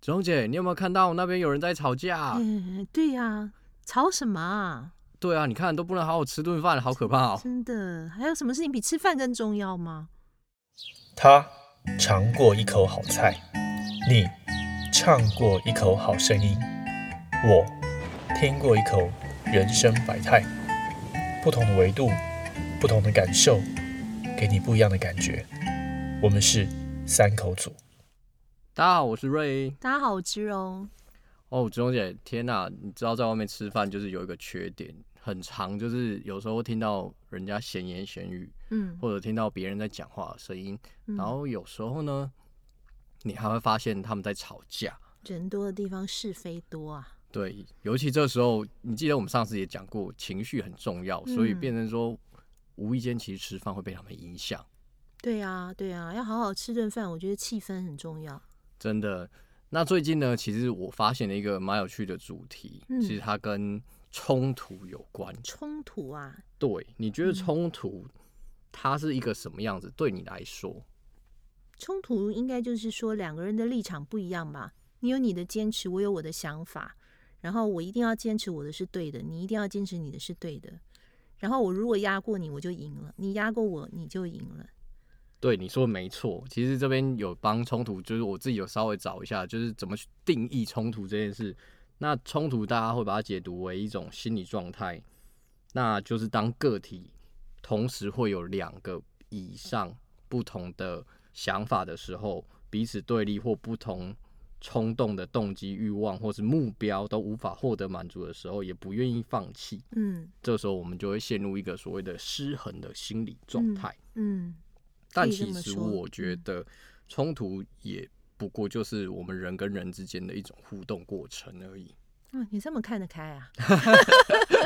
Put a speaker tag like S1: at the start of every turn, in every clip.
S1: 子荣姐，你有没有看到那边有人在吵架？
S2: 嗯，对呀、吵什么啊？
S1: 对啊，你看都不能好好吃顿饭，好可怕哦！
S2: 真的，还有什么事情比吃饭更重要吗？
S3: 他尝过一口好菜，你唱过一口好声音，我听过一口人生百态。不同的维度，不同的感受，给你不一样的感觉。我们是三口组。
S1: 大家好，我是瑞。
S2: 大家好，我芝荣。
S1: 哦，子荣姐，天哪、你知道在外面吃饭就是有一个缺点，很长，就是有时候听到人家闲言闲语，
S2: 嗯，
S1: 或者听到别人在讲话的声音，
S2: 嗯
S1: 然后有时候呢，你还会发现他们在吵架。
S2: 人多的地方是非多啊。
S1: 对，尤其这时候，你记得我们上次也讲过，情绪很重要，所以
S2: 嗯
S1: 变成说，无意间其实吃饭会被他们影响，
S2: 对啊，对啊，要好好吃顿饭，我觉得气氛很重要。
S1: 真的。那最近呢，其实我发现了一个蛮有趣的主题，
S2: 嗯
S1: 其实它跟冲突有关。
S2: 冲突啊，
S1: 对，你觉得
S2: 嗯
S1: 冲突它是一个什么样子？对你来说，
S2: 冲突应该就是说两个人的立场不一样吧？你有你的坚持，我有我的想法，然后我一定要坚持我的是对的，你一定要坚持你的是对的。然后我如果压过你，我就赢了；你压过我，你就赢了。
S1: 对你说的没错。其实这边有帮冲突，就是我自己有稍微找一下，就是怎么去定义冲突这件事。那冲突大家会把它解读为一种心理状态，那就是当个体同时会有两个以上不同的想法的时候，彼此对立或不同冲动的动机、欲望或是目标都无法获得满足的时候，也不愿意放弃。
S2: 嗯
S1: 这时候我们就会陷入一个所谓的失衡的心理状态。
S2: 嗯，
S1: 但
S2: 可以这
S1: 其
S2: 么
S1: 实
S2: 说
S1: 我觉
S2: 嗯
S1: 得冲突也不过就是我们人跟人之间的一种互动过程而已，
S2: 啊，你这么看得开啊？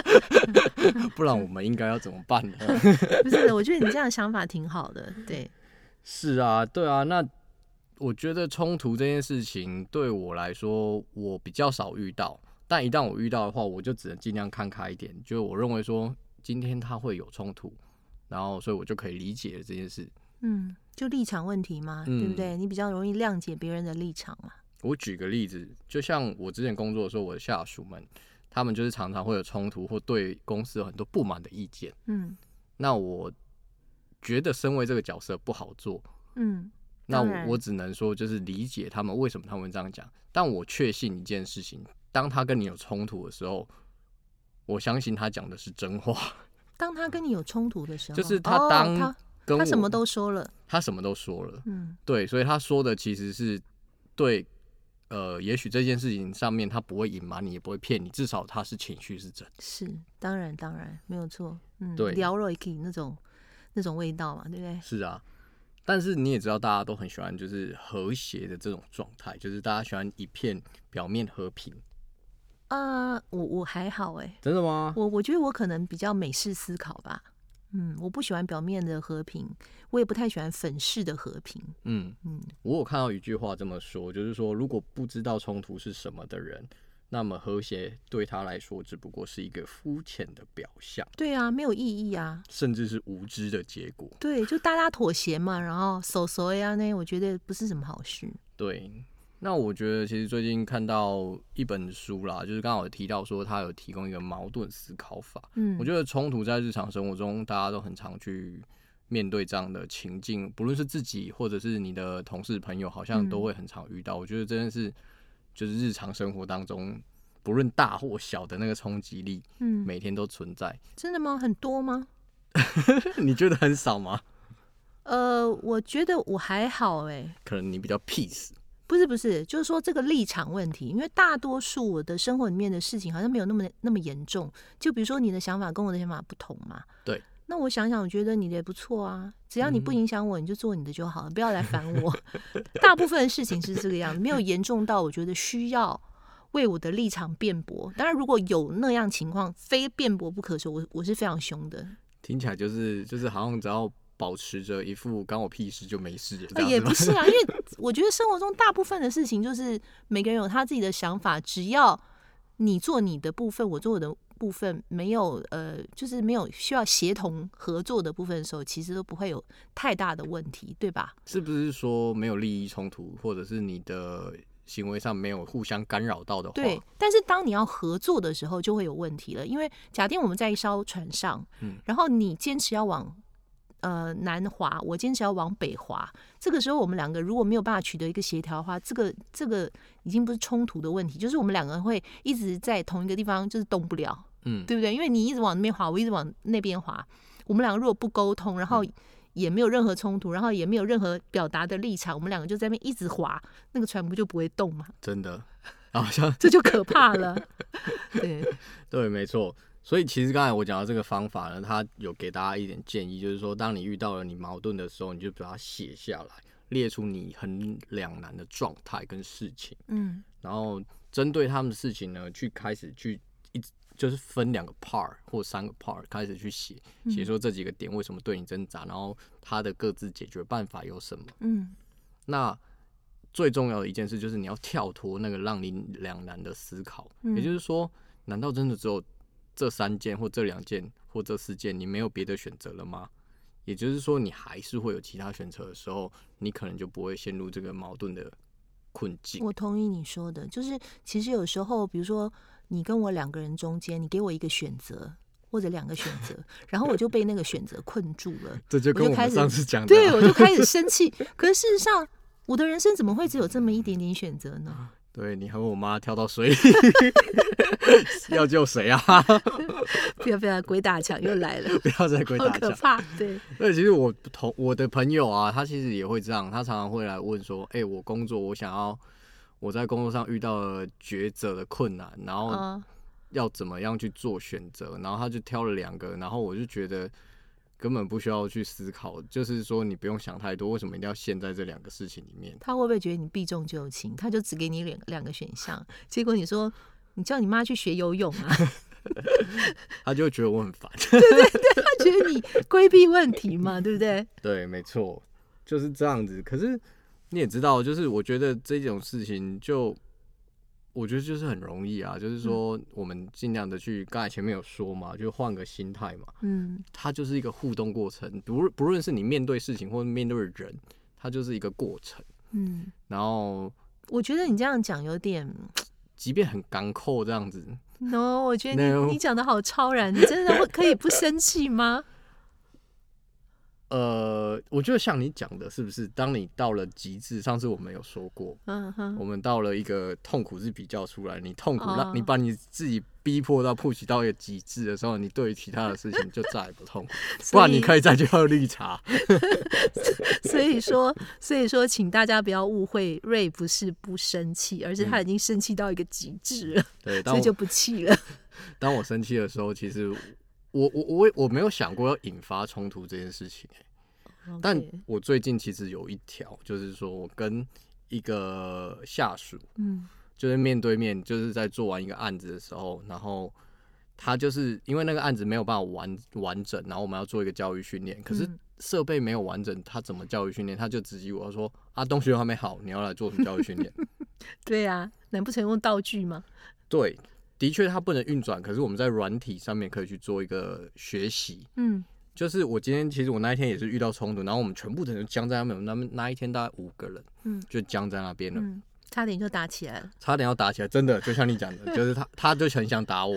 S1: 不然我们应该要怎么办呢？
S2: 不是的，我觉得你这样的想法挺好的。对，
S1: 是啊，对啊，那我觉得冲突这件事情对我来说，我比较少遇到，但一旦我遇到的话，我就只能尽量看开一点，就是我认为说今天他会有冲突，然后所以我就可以理解这件事。
S2: 嗯，就立场问题嘛，
S1: 嗯
S2: 对不对？你比较容易谅解别人的立场嘛。
S1: 我举个例子，就像我之前工作的时候，我的下属们，他们就是常常会有冲突或对公司有很多不满的意见。
S2: 嗯
S1: 那我觉得身为这个角色不好做，
S2: 嗯
S1: 那
S2: 当然
S1: 我我只能说就是理解他们为什么他们会这样讲。但我确信一件事情，当他跟你有冲突的时候，我相信他讲的是真话，
S2: 当他跟你有冲突的时候，
S1: 就是他
S2: 哦
S1: 当
S2: 他
S1: 跟我
S2: 他什么都说了，
S1: 他什么都说了，
S2: 嗯
S1: 对，所以他说的其实是对。呃，也许这件事情上面他不会隐瞒你，也不会骗你，至少他是情绪是真的。
S2: 是，当然当然没有错，嗯，
S1: 对
S2: 聊了也可以那种那种味道嘛，对不对？
S1: 是啊，但是你也知道，大家都很喜欢就是和谐的这种状态，就是大家喜欢一片表面和平。
S2: 啊、我我还好哎、
S1: 真的吗？
S2: 我我觉得我可能比较美式思考吧，嗯，我不喜欢表面的和平，我也不太喜欢粉饰的和平，
S1: 嗯，
S2: 嗯
S1: 我有看到一句话这么说，就是说，如果不知道冲突是什么的人，那么和谐对他来说只不过是一个肤浅的表象，
S2: 对啊，没有意义啊，
S1: 甚至是无知的结果。
S2: 对，就大家妥协嘛，然后手手呀那，我觉得不是什么好事，
S1: 对，那我觉得其实最近看到一本书啦，就是刚好有提到说，它有提供一个矛盾思考法。
S2: 嗯，
S1: 我觉得冲突在日常生活中，大家都很常去面对这样的情境，不论是自己或者是你的同事朋友，好像
S2: 嗯
S1: 都会很常遇到。我觉得真的是就是日常生活当中，不论大或小的那个冲击力，
S2: 嗯，
S1: 每天都存在。
S2: 真的吗？很多吗？
S1: 你觉得很少吗？
S2: 呃，我觉得我还好哎、
S1: 可能你比较 peace。
S2: 不是不是，就是说这个立场问题，因为大多数我的生活里面的事情好像没有那么那么严重。就比如说你的想法跟我的想法不同嘛，
S1: 对。
S2: 那我想想，我觉得你的也不错啊，只要你不
S1: 嗯
S2: 影响我，你就做你的就好了，不要来烦我。 大部分的事情是这个样子，没有严重到我觉得需要为我的立场辩驳。当然，如果有那样情况，非辩驳不可说，我我是非常凶的。
S1: 听起来就是就是好像只要保持着一副干我屁事就没事的这
S2: 啊，
S1: 样
S2: 也
S1: 子吗
S2: 不是啊，因为我觉得生活中大部分的事情就是每个人有他自己的想法，只要你做你的部分，我做我的部分，没有呃，就是没有需要协同合作的部分的时候，其实都不会有太大的问题，对吧？
S1: 是不是说没有利益冲突，或者是你的行为上没有互相干扰到的话，
S2: 对，但是当你要合作的时候，就会有问题了，因为假定我们在一艘船上，
S1: 嗯
S2: 然后你坚持要往呃南滑，我坚持要往北滑，这个时候我们两个如果没有办法取得一个协调的话，这个这个已经不是冲突的问题，就是我们两个人会一直在同一个地方就是动不了，
S1: 嗯，
S2: 对不对？因为你一直往那边滑，我一直往那边滑，我们两个如果不沟通，然后
S1: 嗯
S2: 也没有任何冲突，然后也没有任何表达的立场，我们两个就在那边一直滑，那个船不就不会动吗？
S1: 真的，好像
S2: 这就可怕了。对，
S1: 对，没错。所以其实刚才我讲到这个方法呢，它有给大家一点建议，就是说，当你遇到了你矛盾的时候，你就把它写下来，列出你很两难的状态跟事情，
S2: 嗯
S1: 然后针对他们的事情呢，去开始去一直就是分两个 part 或三个 part 开始去写，
S2: 嗯
S1: 写说这几个点为什么对你挣扎，然后它的各自解决办法有什么。
S2: 嗯
S1: 那最重要的一件事就是你要跳脱那个让你两难的思考，
S2: 嗯
S1: 也就是说，难道真的只有这三件或这两件或这四件，你没有别的选择了吗？也就是说，你还是会有其他选择的时候，你可能就不会陷入这个矛盾的困境。
S2: 我同意你说的，就是其实有时候，比如说你跟我两个人中间，你给我一个选择或者两个选 择，然后我就被那个选择困住 了，
S1: 这就跟
S2: 跟我
S1: 我
S2: 们开
S1: 们
S2: 始
S1: 上
S2: 上
S1: 次讲的，啊
S2: 对我就开始生气。可是事实上，我的人生怎么会只有这么一点点选择呢？
S1: 对你和我妈跳到水里， 要救谁啊？，
S2: 不要不要，鬼打墙又来了
S1: 不要再鬼
S2: 好
S1: 打
S2: 可
S1: 架。
S2: 怕。 对，
S1: 对，其实我同我的朋友啊，他其实也会这样，他常常会来问说：“哎、我工作，我想要我在工作上遇到了抉择的困难，然后
S2: 啊、
S1: 要怎么样去做选择？”然后他就挑了两个，然后我就觉得根本不需要去思考，就是说你不用想太多，为什么一定要陷在这两个事情里面？
S2: 他会不会觉得你避重就轻？他就只给你 两两个选项，结果你说你叫你妈去学游泳啊？
S1: 他就觉得我很烦。
S2: 他觉得你规避问题嘛，对不对？
S1: 对，没错，就是这样子。可是你也知道，就是我觉得这种事情就，我觉得就是很容易啊，就是说我们尽量的去，刚才前面有说嘛，就换个心态嘛，
S2: 嗯，
S1: 它就是一个互动过程，不论不论是你面对事情或面对人，它就是一个过程。
S2: 嗯，
S1: 然后，
S2: 我觉得你这样讲有点
S1: 即便很干扣这样子，
S2: no，我觉得你
S1: No
S2: 你讲的好超然，你真的会可以不生气吗？
S1: 呃，我觉得像你讲的，是不是？当你到了极致，上次我们有说过，
S2: 嗯哼，
S1: 我们到了一个痛苦是比较出来，你痛苦让、
S2: 哦
S1: 你把你自己逼迫到 push 到一个极致的时候，你对于其他的事情就再也不痛 苦，不然你可
S2: 以，
S1: 以再去喝绿 茶。
S2: 所以说，所以说，请大家不要误会，瑞不是不生气，而是他已经生气到一个极致了，
S1: 对，当
S2: 所以就
S1: 嗯我
S2: 不气了。
S1: 当我生气的时候，其实我我我我没有想过要引发冲突这件事情、欸 但
S2: OK，
S1: 我最近其实有一条，就是说我跟一个下属，
S2: 嗯
S1: 就是面对面，就是在做完一个案子的时候，然后他就是因为那个案子没有办法完完整，然后我们要做一个教育训练，可是
S2: 嗯
S1: 设备没有完整，他怎么教育训练？他就直击我说：“啊，东西都还没好，你要来做什么教育训练
S2: 对啊，难不成用道具吗？？”
S1: 对，的确它不能运转，可是我们在软体上面可以去做一个学习。
S2: 嗯
S1: 就是我今天其实我那一天也是遇到冲突，然后我们全部的人僵在那边，我们那边那一天大概五个人，
S2: 嗯
S1: 就僵在那边了。
S2: 嗯，差点就打起来了。
S1: 差点要打起来，真的，就像你讲 的，就是他，他就很想打我，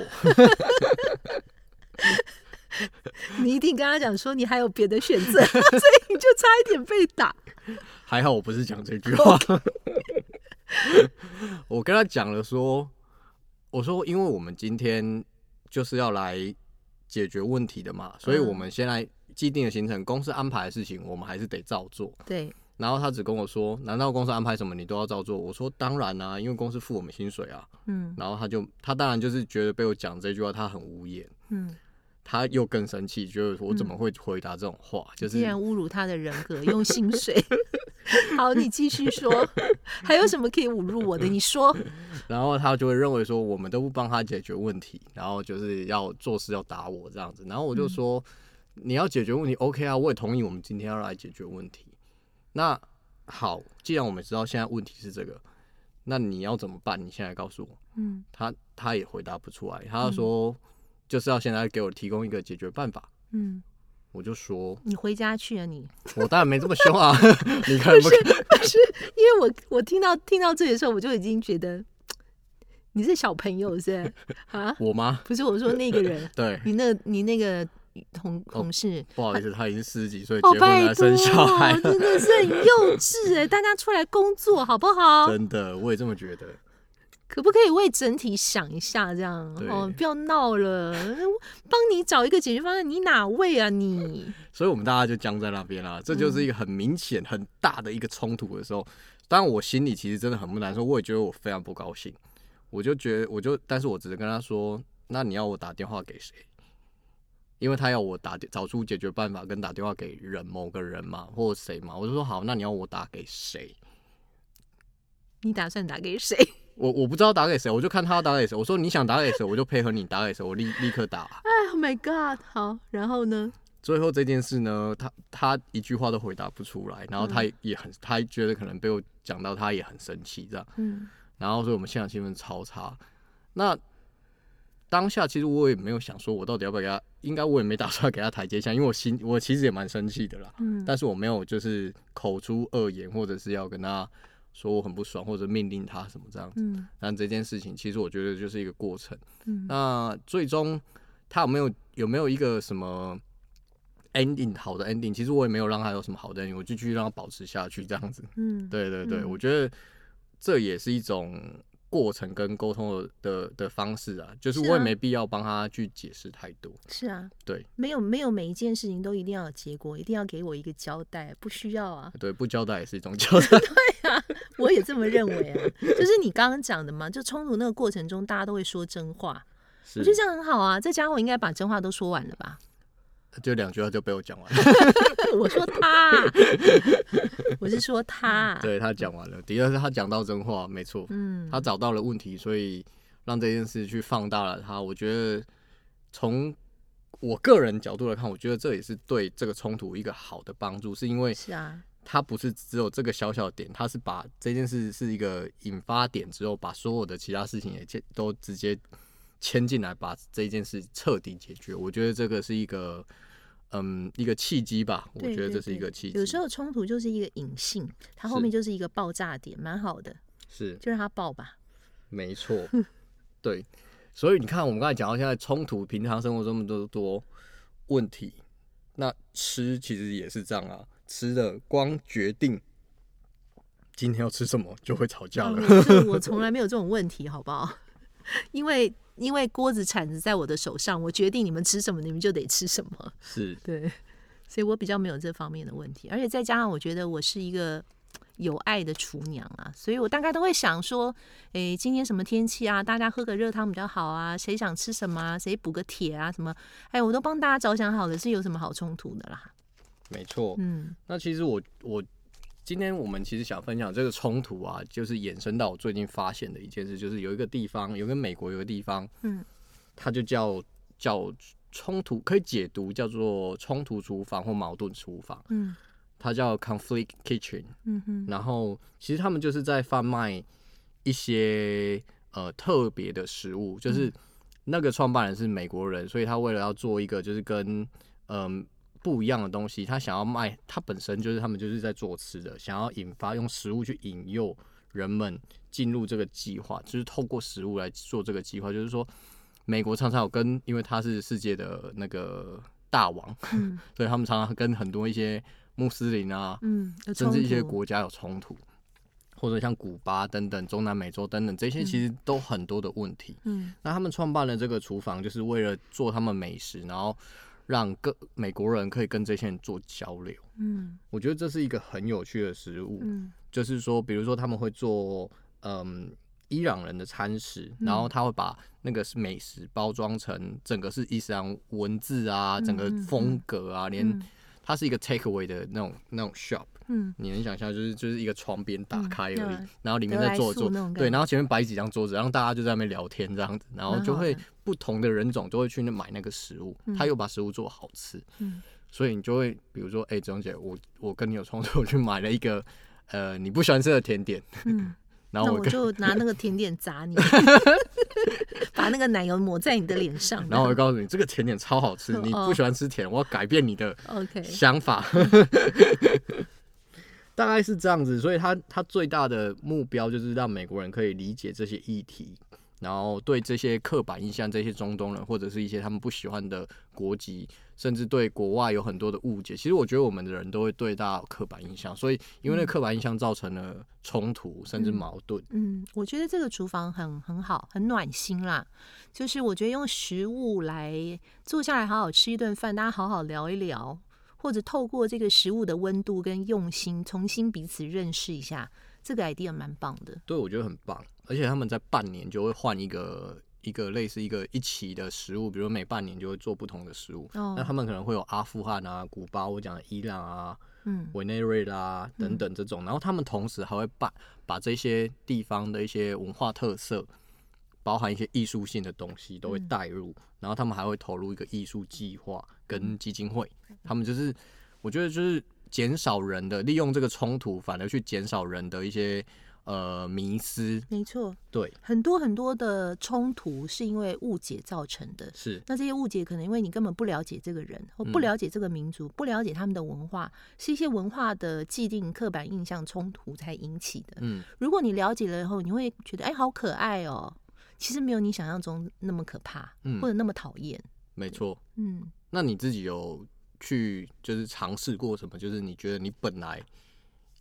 S2: 你一定跟他讲说你还有别的选 择，所以你就差一点被打。
S1: 还好我不是讲这句话。 我跟他讲了说，我说因为我们今天就是要来解决问题的嘛，所以我们先来既定的行程，公司安排的事情我们还是得照做。
S2: 对，
S1: 然后他只跟我说，难道公司安排什么你都要照做？我说当然啦、因为公司付我们薪水啊。
S2: 嗯
S1: 然后他就他当然就是觉得被我讲这句话，他很无言。
S2: 嗯，
S1: 他又更生气，就是我怎么会回答这种话？就是
S2: 竟然侮辱他的人格，用薪水。 好，你继续说， 还有什么可以侮辱我的？你说，
S1: 然后他就会认为说我们都不帮他解决问题，然后就是要做事要打我这样子。然后我
S2: 嗯
S1: 就说、你要解决问题，OK 啊，我也同意，我们今天要来解决问题。那好，既然我们知道现在问题是这个，那你要怎么办？你现在告诉我。
S2: 嗯
S1: 他他也回答不出来，他说、就是要现在给我提供一个解决办法。
S2: 嗯
S1: 我就说，
S2: 你回家去啊 你！
S1: 我当然没这么凶 啊，你看不看？
S2: 因为我我听到听到这里的时候，我就已经觉得你是小朋友是不是 啊？
S1: 我吗？
S2: 不是我说那个人，
S1: 对，
S2: 你那你那个同同事。
S1: 不好意思，他已经四十几岁，
S2: 哦，
S1: 哦结婚
S2: 拜
S1: 了，
S2: 托
S1: 生小孩，
S2: 真
S1: 了，
S2: 的是很幼稚哎！大家出来工作好不好？
S1: 真的，我也这么觉得。
S2: 可不可以为整体想一下，这样
S1: 对
S2: 哦，不要闹了， 帮你找一个解决方案，你哪位啊你？
S1: 所以我们大家就僵在那边啦。这就是一个很明显、很大的一个冲突的时候。当然，我心里其实真的很不难受，我也觉得我非常不高兴。我就觉得，我就，但是我只是跟他说，那你要我打电话给谁？因为他要我打找出解决办法，跟打电话给人某个人嘛，或者谁嘛。我就说好，那你要我打给谁？
S2: 你打算打给谁？
S1: 我我不知道打给谁，我就看他要打给谁。我说你想打给谁，我就配合你打给谁，我立立刻打。
S2: 哎，Oh my god！好，然后呢？
S1: 最后这件事呢，他他一句话都回答不出来，然后他也很，他觉得可能被我讲到，他也很生气这样，
S2: 嗯，
S1: 然后所以我们现场气氛超差。那当下其实我也没有想说我到底要不要给他，应该我也没打算给他台阶下，因为我心我其实也蛮生气的啦，
S2: 嗯
S1: 但是我没有就是口出恶言，或者是要跟他说我很不爽，或者命令他什么这样子。
S2: 嗯
S1: 但这件事情其实我觉得就是一个过程。
S2: 嗯
S1: 那最终他有没有有没有一个什么 ending 好的 ending？其实我也没有让他有什么好的 ending，我就继续让他保持下去这样子。
S2: 嗯，
S1: 对对对，
S2: 嗯
S1: 我觉得这也是一种过程跟沟通的的的方式啊，就是
S2: 是
S1: 我也
S2: 啊
S1: 没必要帮他去解释太多。
S2: 是啊，
S1: 对
S2: 没有没有每一件事情都一定要有结果，一定要给我一个交代，不需要啊。
S1: 对，不交代也是一种交代。
S2: 我也这么认为 啊，就是你刚刚讲的嘛，就冲突那个过程中，大家都会说真话，
S1: 是
S2: 我觉得这样很好啊。这家伙应该把真话都说完了吧？
S1: 就两句话就被我讲完了。
S2: 我说他 啊，我是说他啊，
S1: 对他讲完了，的确是他讲到真话，没错。
S2: 嗯，
S1: 他找到了问题，所以让这件事去放大了他。我觉得从我个人角度来看，我觉得这也是对这个冲突一个好的帮助，是因为
S2: 是啊，
S1: 他不是只有这个小小的点，他是把这件事是一个引发点之后，把所有的其他事情也牵都直接牵进来，把这件事彻底解决。我觉得这个是一个。嗯，一个契机吧，我
S2: 对
S1: 觉得
S2: 对
S1: 这是一
S2: 对
S1: 个契机。
S2: 有时候冲突就是一个隐性，它后
S1: 是
S2: 面就是一个爆炸点，蛮好的，
S1: 是
S2: 就让它爆吧。
S1: 没错，对，所以你看，我们刚才讲到现在冲突，平常生活这么多多问题，那吃其实也是这样啊，吃的光决定今天要吃什么就会吵架
S2: 哦
S1: 了。
S2: 我这我从来没有这种问题，好不好？ 因为因为锅子铲子在我的手上，我决定你们吃什么，你们就得吃什么。
S1: 是，
S2: 对，所以我比较没有这方面的问题，而且再加上我觉得我是一个有爱的厨娘啊，所以我大概都会想说，诶，今天什么天气啊？大家喝个热汤比较好啊，谁想吃什么啊？谁补个铁啊？什么？哎，我都帮大家着想好了，是有什么好冲突的啦？
S1: 没错。
S2: 嗯
S1: 那其实我我今天我们其实想分享这个冲突啊，就是衍生到我最近发现的一件事，就是有一个地方，有一个美国有个地方，
S2: 嗯，
S1: 它就叫叫冲突，可以解读叫做冲突厨房或矛盾厨房。
S2: 嗯
S1: 它叫 Conflict Kitchen，
S2: 嗯哼
S1: 然后其实他们就是在贩卖一些呃特别的食物，
S2: 嗯
S1: 就是那个创办人是美国人，所以他为了要做一个就是跟嗯、不一样的东西，他想要卖，他本身就是他们就是在做吃的，想要引发用食物去引诱人们进入这个计划，就是透过食物来做这个计划，就是说美国常常有跟，因为他是世界的那个大王，
S2: 嗯
S1: 所以他们常常跟很多一些穆斯林啊，
S2: 嗯，有
S1: 甚
S2: 冲
S1: 至一些
S2: 突
S1: 国家有冲突，或者像古巴等等、中南美洲等等，这些其实都很多的问题。
S2: 嗯
S1: 那他们创办了这个厨房，就是为了做他们美食，然后让各美国人可以跟这些人做交流。
S2: 嗯
S1: 我觉得这是一个很有趣的食物，
S2: 嗯
S1: 就是说，比如说他们会做嗯伊朗人的餐食，然
S2: 嗯
S1: 后他会把那个是美食包装成整个是伊斯兰文字啊，整个
S2: 嗯嗯
S1: 风格啊，连
S2: 嗯
S1: 它是一个 takeaway 的那种那种 shop，
S2: 嗯
S1: 你能想象，就是就是一个窗边打
S2: 嗯
S1: 开而已，
S2: 对啊
S1: 然后里面
S2: 得
S1: 再
S2: 来
S1: 坐
S2: 速
S1: 坐
S2: 那种，感
S1: 对，
S2: 觉
S1: 然后前面摆几张桌子，然后大家就在那边聊天这样子，然后
S2: 蛮
S1: 就
S2: 嗯好
S1: 会
S2: 的
S1: 不同的人种就会去那买那个食物，他又把食物做好吃，
S2: 嗯
S1: 所以你就会比如说，哎、子荣姐，我我跟你有冲突，我去买了一个呃你不喜欢吃的甜点，
S2: 嗯
S1: 然
S2: 那
S1: 后我
S2: 我
S1: 跟
S2: 就拿那个甜点砸 你，把那个奶油抹在你的脸上。
S1: 然后我就告诉你，这个甜点超好
S2: 哦
S1: 吃，你不喜欢吃甜，我要改变你的
S2: OK，
S1: 想法， 大概是这样子。所以他他最大的目标就是让美国人可以理解这些议题，然后对这些刻板印象、这些中东人或者是一些他们不喜欢的国籍，甚至对国外有很多的误解。其实我觉得我们的人都会对大家有刻板印象，所以因为那个刻板印象造成了冲突甚至矛盾。
S2: 嗯，我觉得这个厨房很很好，很暖心啦。就是我觉得用食物来坐下来好好吃一顿饭，大家好好聊一聊，或者透过这个食物的温度跟用心，重新彼此认识一下，这个 idea 蛮棒的。
S1: 对，我觉得很棒。而且他们在半年就会换一个一个类似一个一期的食物，比如每半年就会做不同的食物。
S2: 哦
S1: 那他们可能会有阿富汗啊、古巴，我讲的伊朗啊、
S2: 嗯
S1: 委内瑞拉等等这种。然后他们同时还会把把这些地方的一些文化特色，包含一些艺术性的东西都会
S2: 嗯嗯
S1: 带入。然后他们还会投入一个艺术计划跟基金会，他们就是我觉得就是减少人的利用这个冲突，反而去减少人的一些。呃，迷失
S2: 没错，
S1: 对，
S2: 很多很多的冲突是因为误解造成的。
S1: 是
S2: 那这些误解可能因为你根本不了解这个人，或不
S1: 嗯
S2: 了解这个民族，不了解他们的文化，是一些文化的既定刻板印象冲突才引起的。
S1: 嗯，
S2: 如果你了解了以后，你会觉得哎，好可爱哦。其实没有你想象中那么可怕，
S1: 嗯
S2: 或者那么讨厌。
S1: 没错。
S2: 嗯，
S1: 那你自己有去就是尝试过什么？就是你觉得你本来，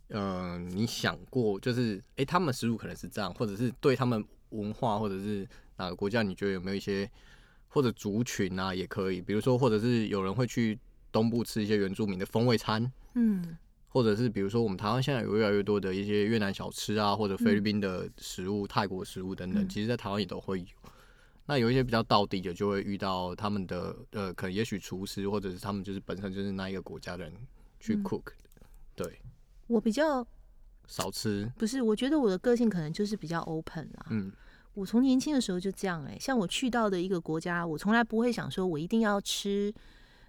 S1: 呃，你想过就是，诶，他们食物可能是这样，或者是对他们文化，或者是哪个国家，你觉得有没有一些或者族群啊也可以，比如说，或者是有人会去东部吃一些原住民的风味餐。
S2: 嗯，
S1: 或者是比如说，我们台湾现在有越来越多的一些越南小吃啊，或者菲律宾的食物、泰国食物等等，
S2: 嗯
S1: 其实，在台湾也都会有。那有一些比较道地的，就会遇到他们的呃，可能也许厨师，或者是他们就是本身就是那一个国家的人去
S2: 嗯
S1: cook，、对，
S2: 我比较
S1: 少吃，
S2: 不是，我觉得我的个性可能就是比较 open 啦。
S1: 嗯
S2: 我从年轻的时候就这样哎、像我去到的一个国家，我从来不会想说我一定要吃，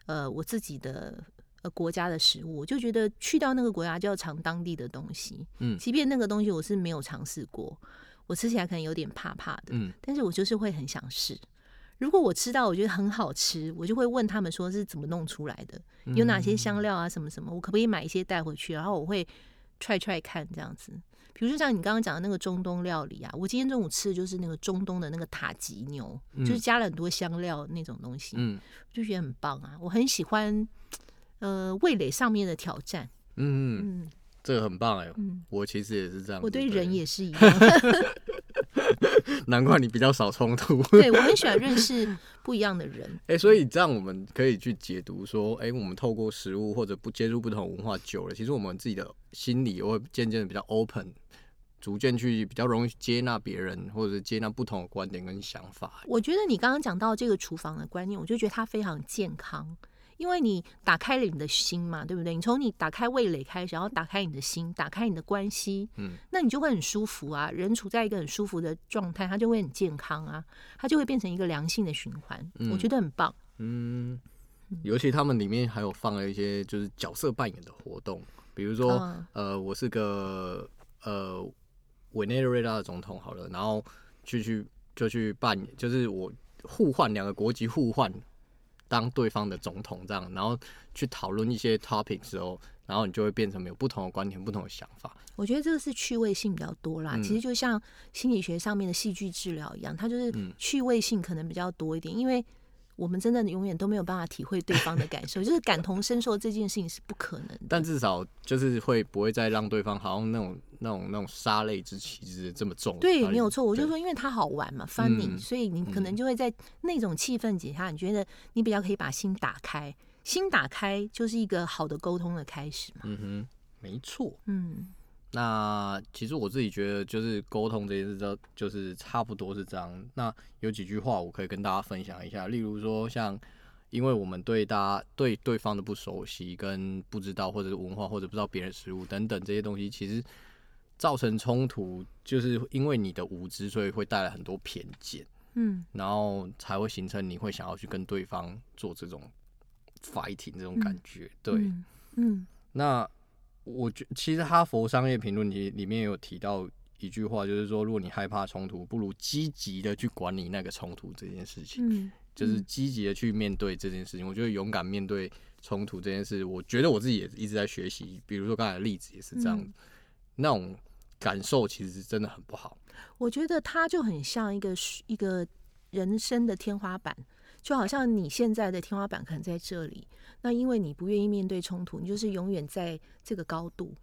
S2: 呃，我自己的呃国家的食物，我就觉得去到那个国家就要尝当地的东西，
S1: 嗯
S2: 即便那个东西我是没有尝试过，我吃起来可能有点怕怕的，
S1: 嗯
S2: 但是我就是会很想试。如果我吃到我觉得很好吃，我就会问他们说是怎么弄出来的，有哪
S1: 嗯
S2: 些香料啊，什么什么，我可不可以买一些带回去？然后我会 try try 看这样子。比如说像你刚刚讲的那个中东料理啊，我今天中午吃的就是那个中东的那个塔吉牛，就是
S1: 嗯
S2: 加了很多香料那种东西，
S1: 嗯
S2: 就觉得很棒啊。我很喜欢，呃，味蕾上面的挑战。
S1: 嗯嗯，
S2: 嗯
S1: 这个很棒哎、
S2: 嗯，
S1: 我其实也是这样子，
S2: 我对人也是一样。
S1: 难怪你比较少冲突。
S2: 对我很喜欢认识不一样的人。
S1: 哎、所以这样我们可以去解读说，哎、我们透过食物或者不接触不同文化久了，其实我们自己的心理也会渐渐的比较 open，逐渐去比较容易接纳别人，或者是接纳不同的观点跟想法。
S2: 我觉得你刚刚讲到这个厨房的观念，我就觉得它非常健康，因为你打开了你的心嘛，对不对？你从你打开味蕾开始，然后打开你的心，打开你的关系，
S1: 嗯，
S2: 那你就会很舒服啊。人处在一个很舒服的状态，它就会很健康啊，它就会变成一个良性的循环。我觉得很棒。
S1: 嗯，尤其他们里面还有放了一些就是角色扮演的活动，比如说，
S2: 嗯
S1: 呃，我是个呃委内瑞拉的总统好了，然后去去就去扮演，就是我互换两个国籍互换当对方的总统这样，然后去讨论一些 topic 之后，然后你就会变成有不同的观点、不同的想法。
S2: 我觉得这个是趣味性比较多啦。
S1: 嗯
S2: 其实就像心理学上面的戏剧治疗一样，它就是
S1: 嗯
S2: 趣味性可能比较多一点，因为我们真的永远都没有办法体会对方的感受，就是感同身受这件事情是不可能的。
S1: 但至少就是会不会再让对方好像那种那种那种杀类之气之这么重？
S2: 对，
S1: 杀
S2: 没有
S1: 类
S2: 错。我就
S1: 对
S2: 说，因为它好玩嘛，funny，、
S1: 嗯
S2: 所以你可能就会在那种气氛底下，你觉得你比较可以把心打开。心打开就是一个好的沟通的开始嘛。
S1: 嗯哼，没错。
S2: 嗯
S1: 那其实我自己觉得，就是沟通这件事，就就是差不多是这样。那有几句话我可以跟大家分享一下，例如说像，因为我们对大家对对方的不熟悉，跟不知道或者是文化或者不知道别人食物等等这些东西，其实造成冲突，就是因为你的无知，所以会带来很多偏见，
S2: 嗯
S1: 然后才会形成你会想要去跟对方做这种 fighting 这种感觉。对，
S2: 嗯嗯
S1: 那我觉其实哈佛商业评论里里面有提到一句话，就是说，如果你害怕冲突，不如积极的去管理那个冲突这件事情，
S2: 嗯，
S1: 就是积极的去面对这件事情。我觉得勇敢面对冲突这件事，我觉得我自己也一直在学习。比如说刚才的例子也是这样子，
S2: 嗯
S1: 那种感受其实真的很不好。
S2: 我觉得它就很像一个一个人生的天花板，就好像你现在的天花板可能在这里，那因为你不愿意面对冲突，你就是永远在这个高度，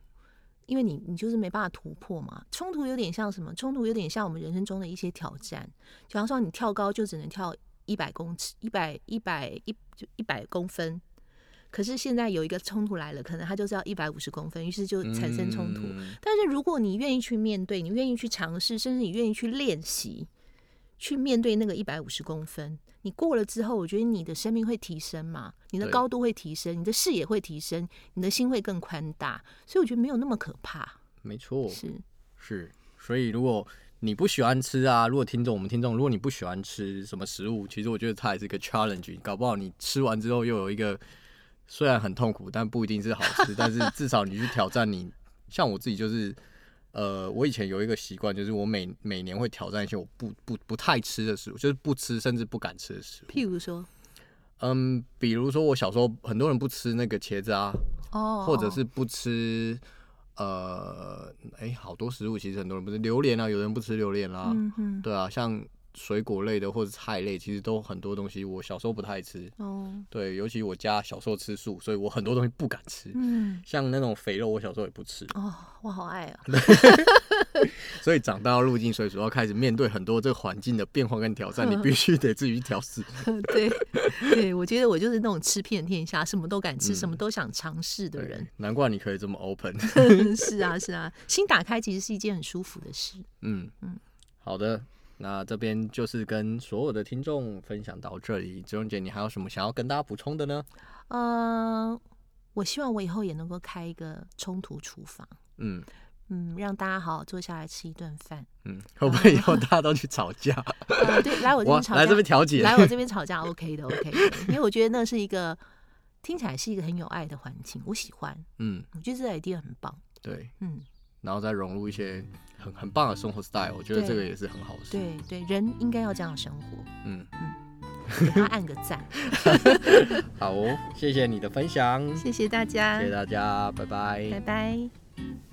S2: 因为你你就是没办法突破嘛。冲突有点像什么？冲突有点像我们人生中的一些挑战，比方说你跳高就只能跳一百公尺、一百一百一就一百公分。可是现在有一个冲突来了，可能它就是要一百五十公分，于是就产生冲突。
S1: 嗯
S2: 但是如果你愿意去面对，你愿意去尝试，甚至你愿意去练习，去面对那个一百五十公分，你过了之后，我觉得你的生命会提升嘛，你的
S1: 对
S2: 高度会提升，你的视野会提升，你的心会更宽大，所以我觉得没有那么可怕。
S1: 没错，
S2: 是，
S1: 是，所以如果你不喜欢吃啊，如果听众我们听众，如果你不喜欢吃什么食物，其实我觉得它也是一个 challenge，搞不好你吃完之后又有一个虽然很痛苦，但不一定是好吃，但是至少你去挑战你。像我自己就是，呃，我以前有一个习惯，就是我每每年会挑战一些我不不不太吃的食物，就是不吃甚至不敢吃的食物。
S2: 譬如说，
S1: 嗯，比如说我小时候很多人不吃那个茄子啊，
S2: 哦，
S1: 或者是不吃，呃，哎、好多食物其实很多人不吃，榴莲啊，有人不吃榴莲啦、
S2: 嗯哼，
S1: 对啊，像水果类的或者菜类，其实都很多东西我小时候不太吃，
S2: 哦，
S1: 对，尤其我家小时候吃素，所以我很多东西不敢吃，
S2: 嗯，
S1: 像那种肥肉我小时候也不吃，
S2: 哦，我好爱 啊，
S1: 所以长大到入境水所要开始面对很多这个环境的变化跟挑战，你必须得自己去调 试。
S2: 对，对，我觉得我就是那种吃遍天下，什么都敢吃，什么都想尝试的人
S1: 嗯对。，难怪你可以这么 open。
S2: 是啊，是啊，心打开其实是一件很舒服的事。
S1: 嗯，好的，那这边就是跟所有的听众分享到这里。子荣姐，你还有什么想要跟大家补充的呢？
S2: 呃，我希望我以后也能够开一个冲突厨房，
S1: 嗯
S2: 嗯，让大家好好坐下来吃一顿 饭。
S1: 嗯，会不会以后大家都去吵架？
S2: 呃，对，呃 来我这
S1: 我
S2: 边吵架，
S1: 来这边调解。
S2: 来我这边吵架，OK 的，OK 的，因为我觉得那是一个听起来是一个很有爱的环境，我喜欢，
S1: 嗯，
S2: 我觉得这个 idea 很棒。
S1: 对，
S2: 嗯，
S1: 然后再融入一些很很棒的生活 style，我觉得
S2: 对
S1: 这个也是很好的事。
S2: 对对，人应该要这样生活，
S1: 嗯，
S2: 给他按个 赞，嗯
S1: 好哦，谢谢你的分享，
S2: 谢谢大家
S1: 谢谢大家，拜拜
S2: 拜拜。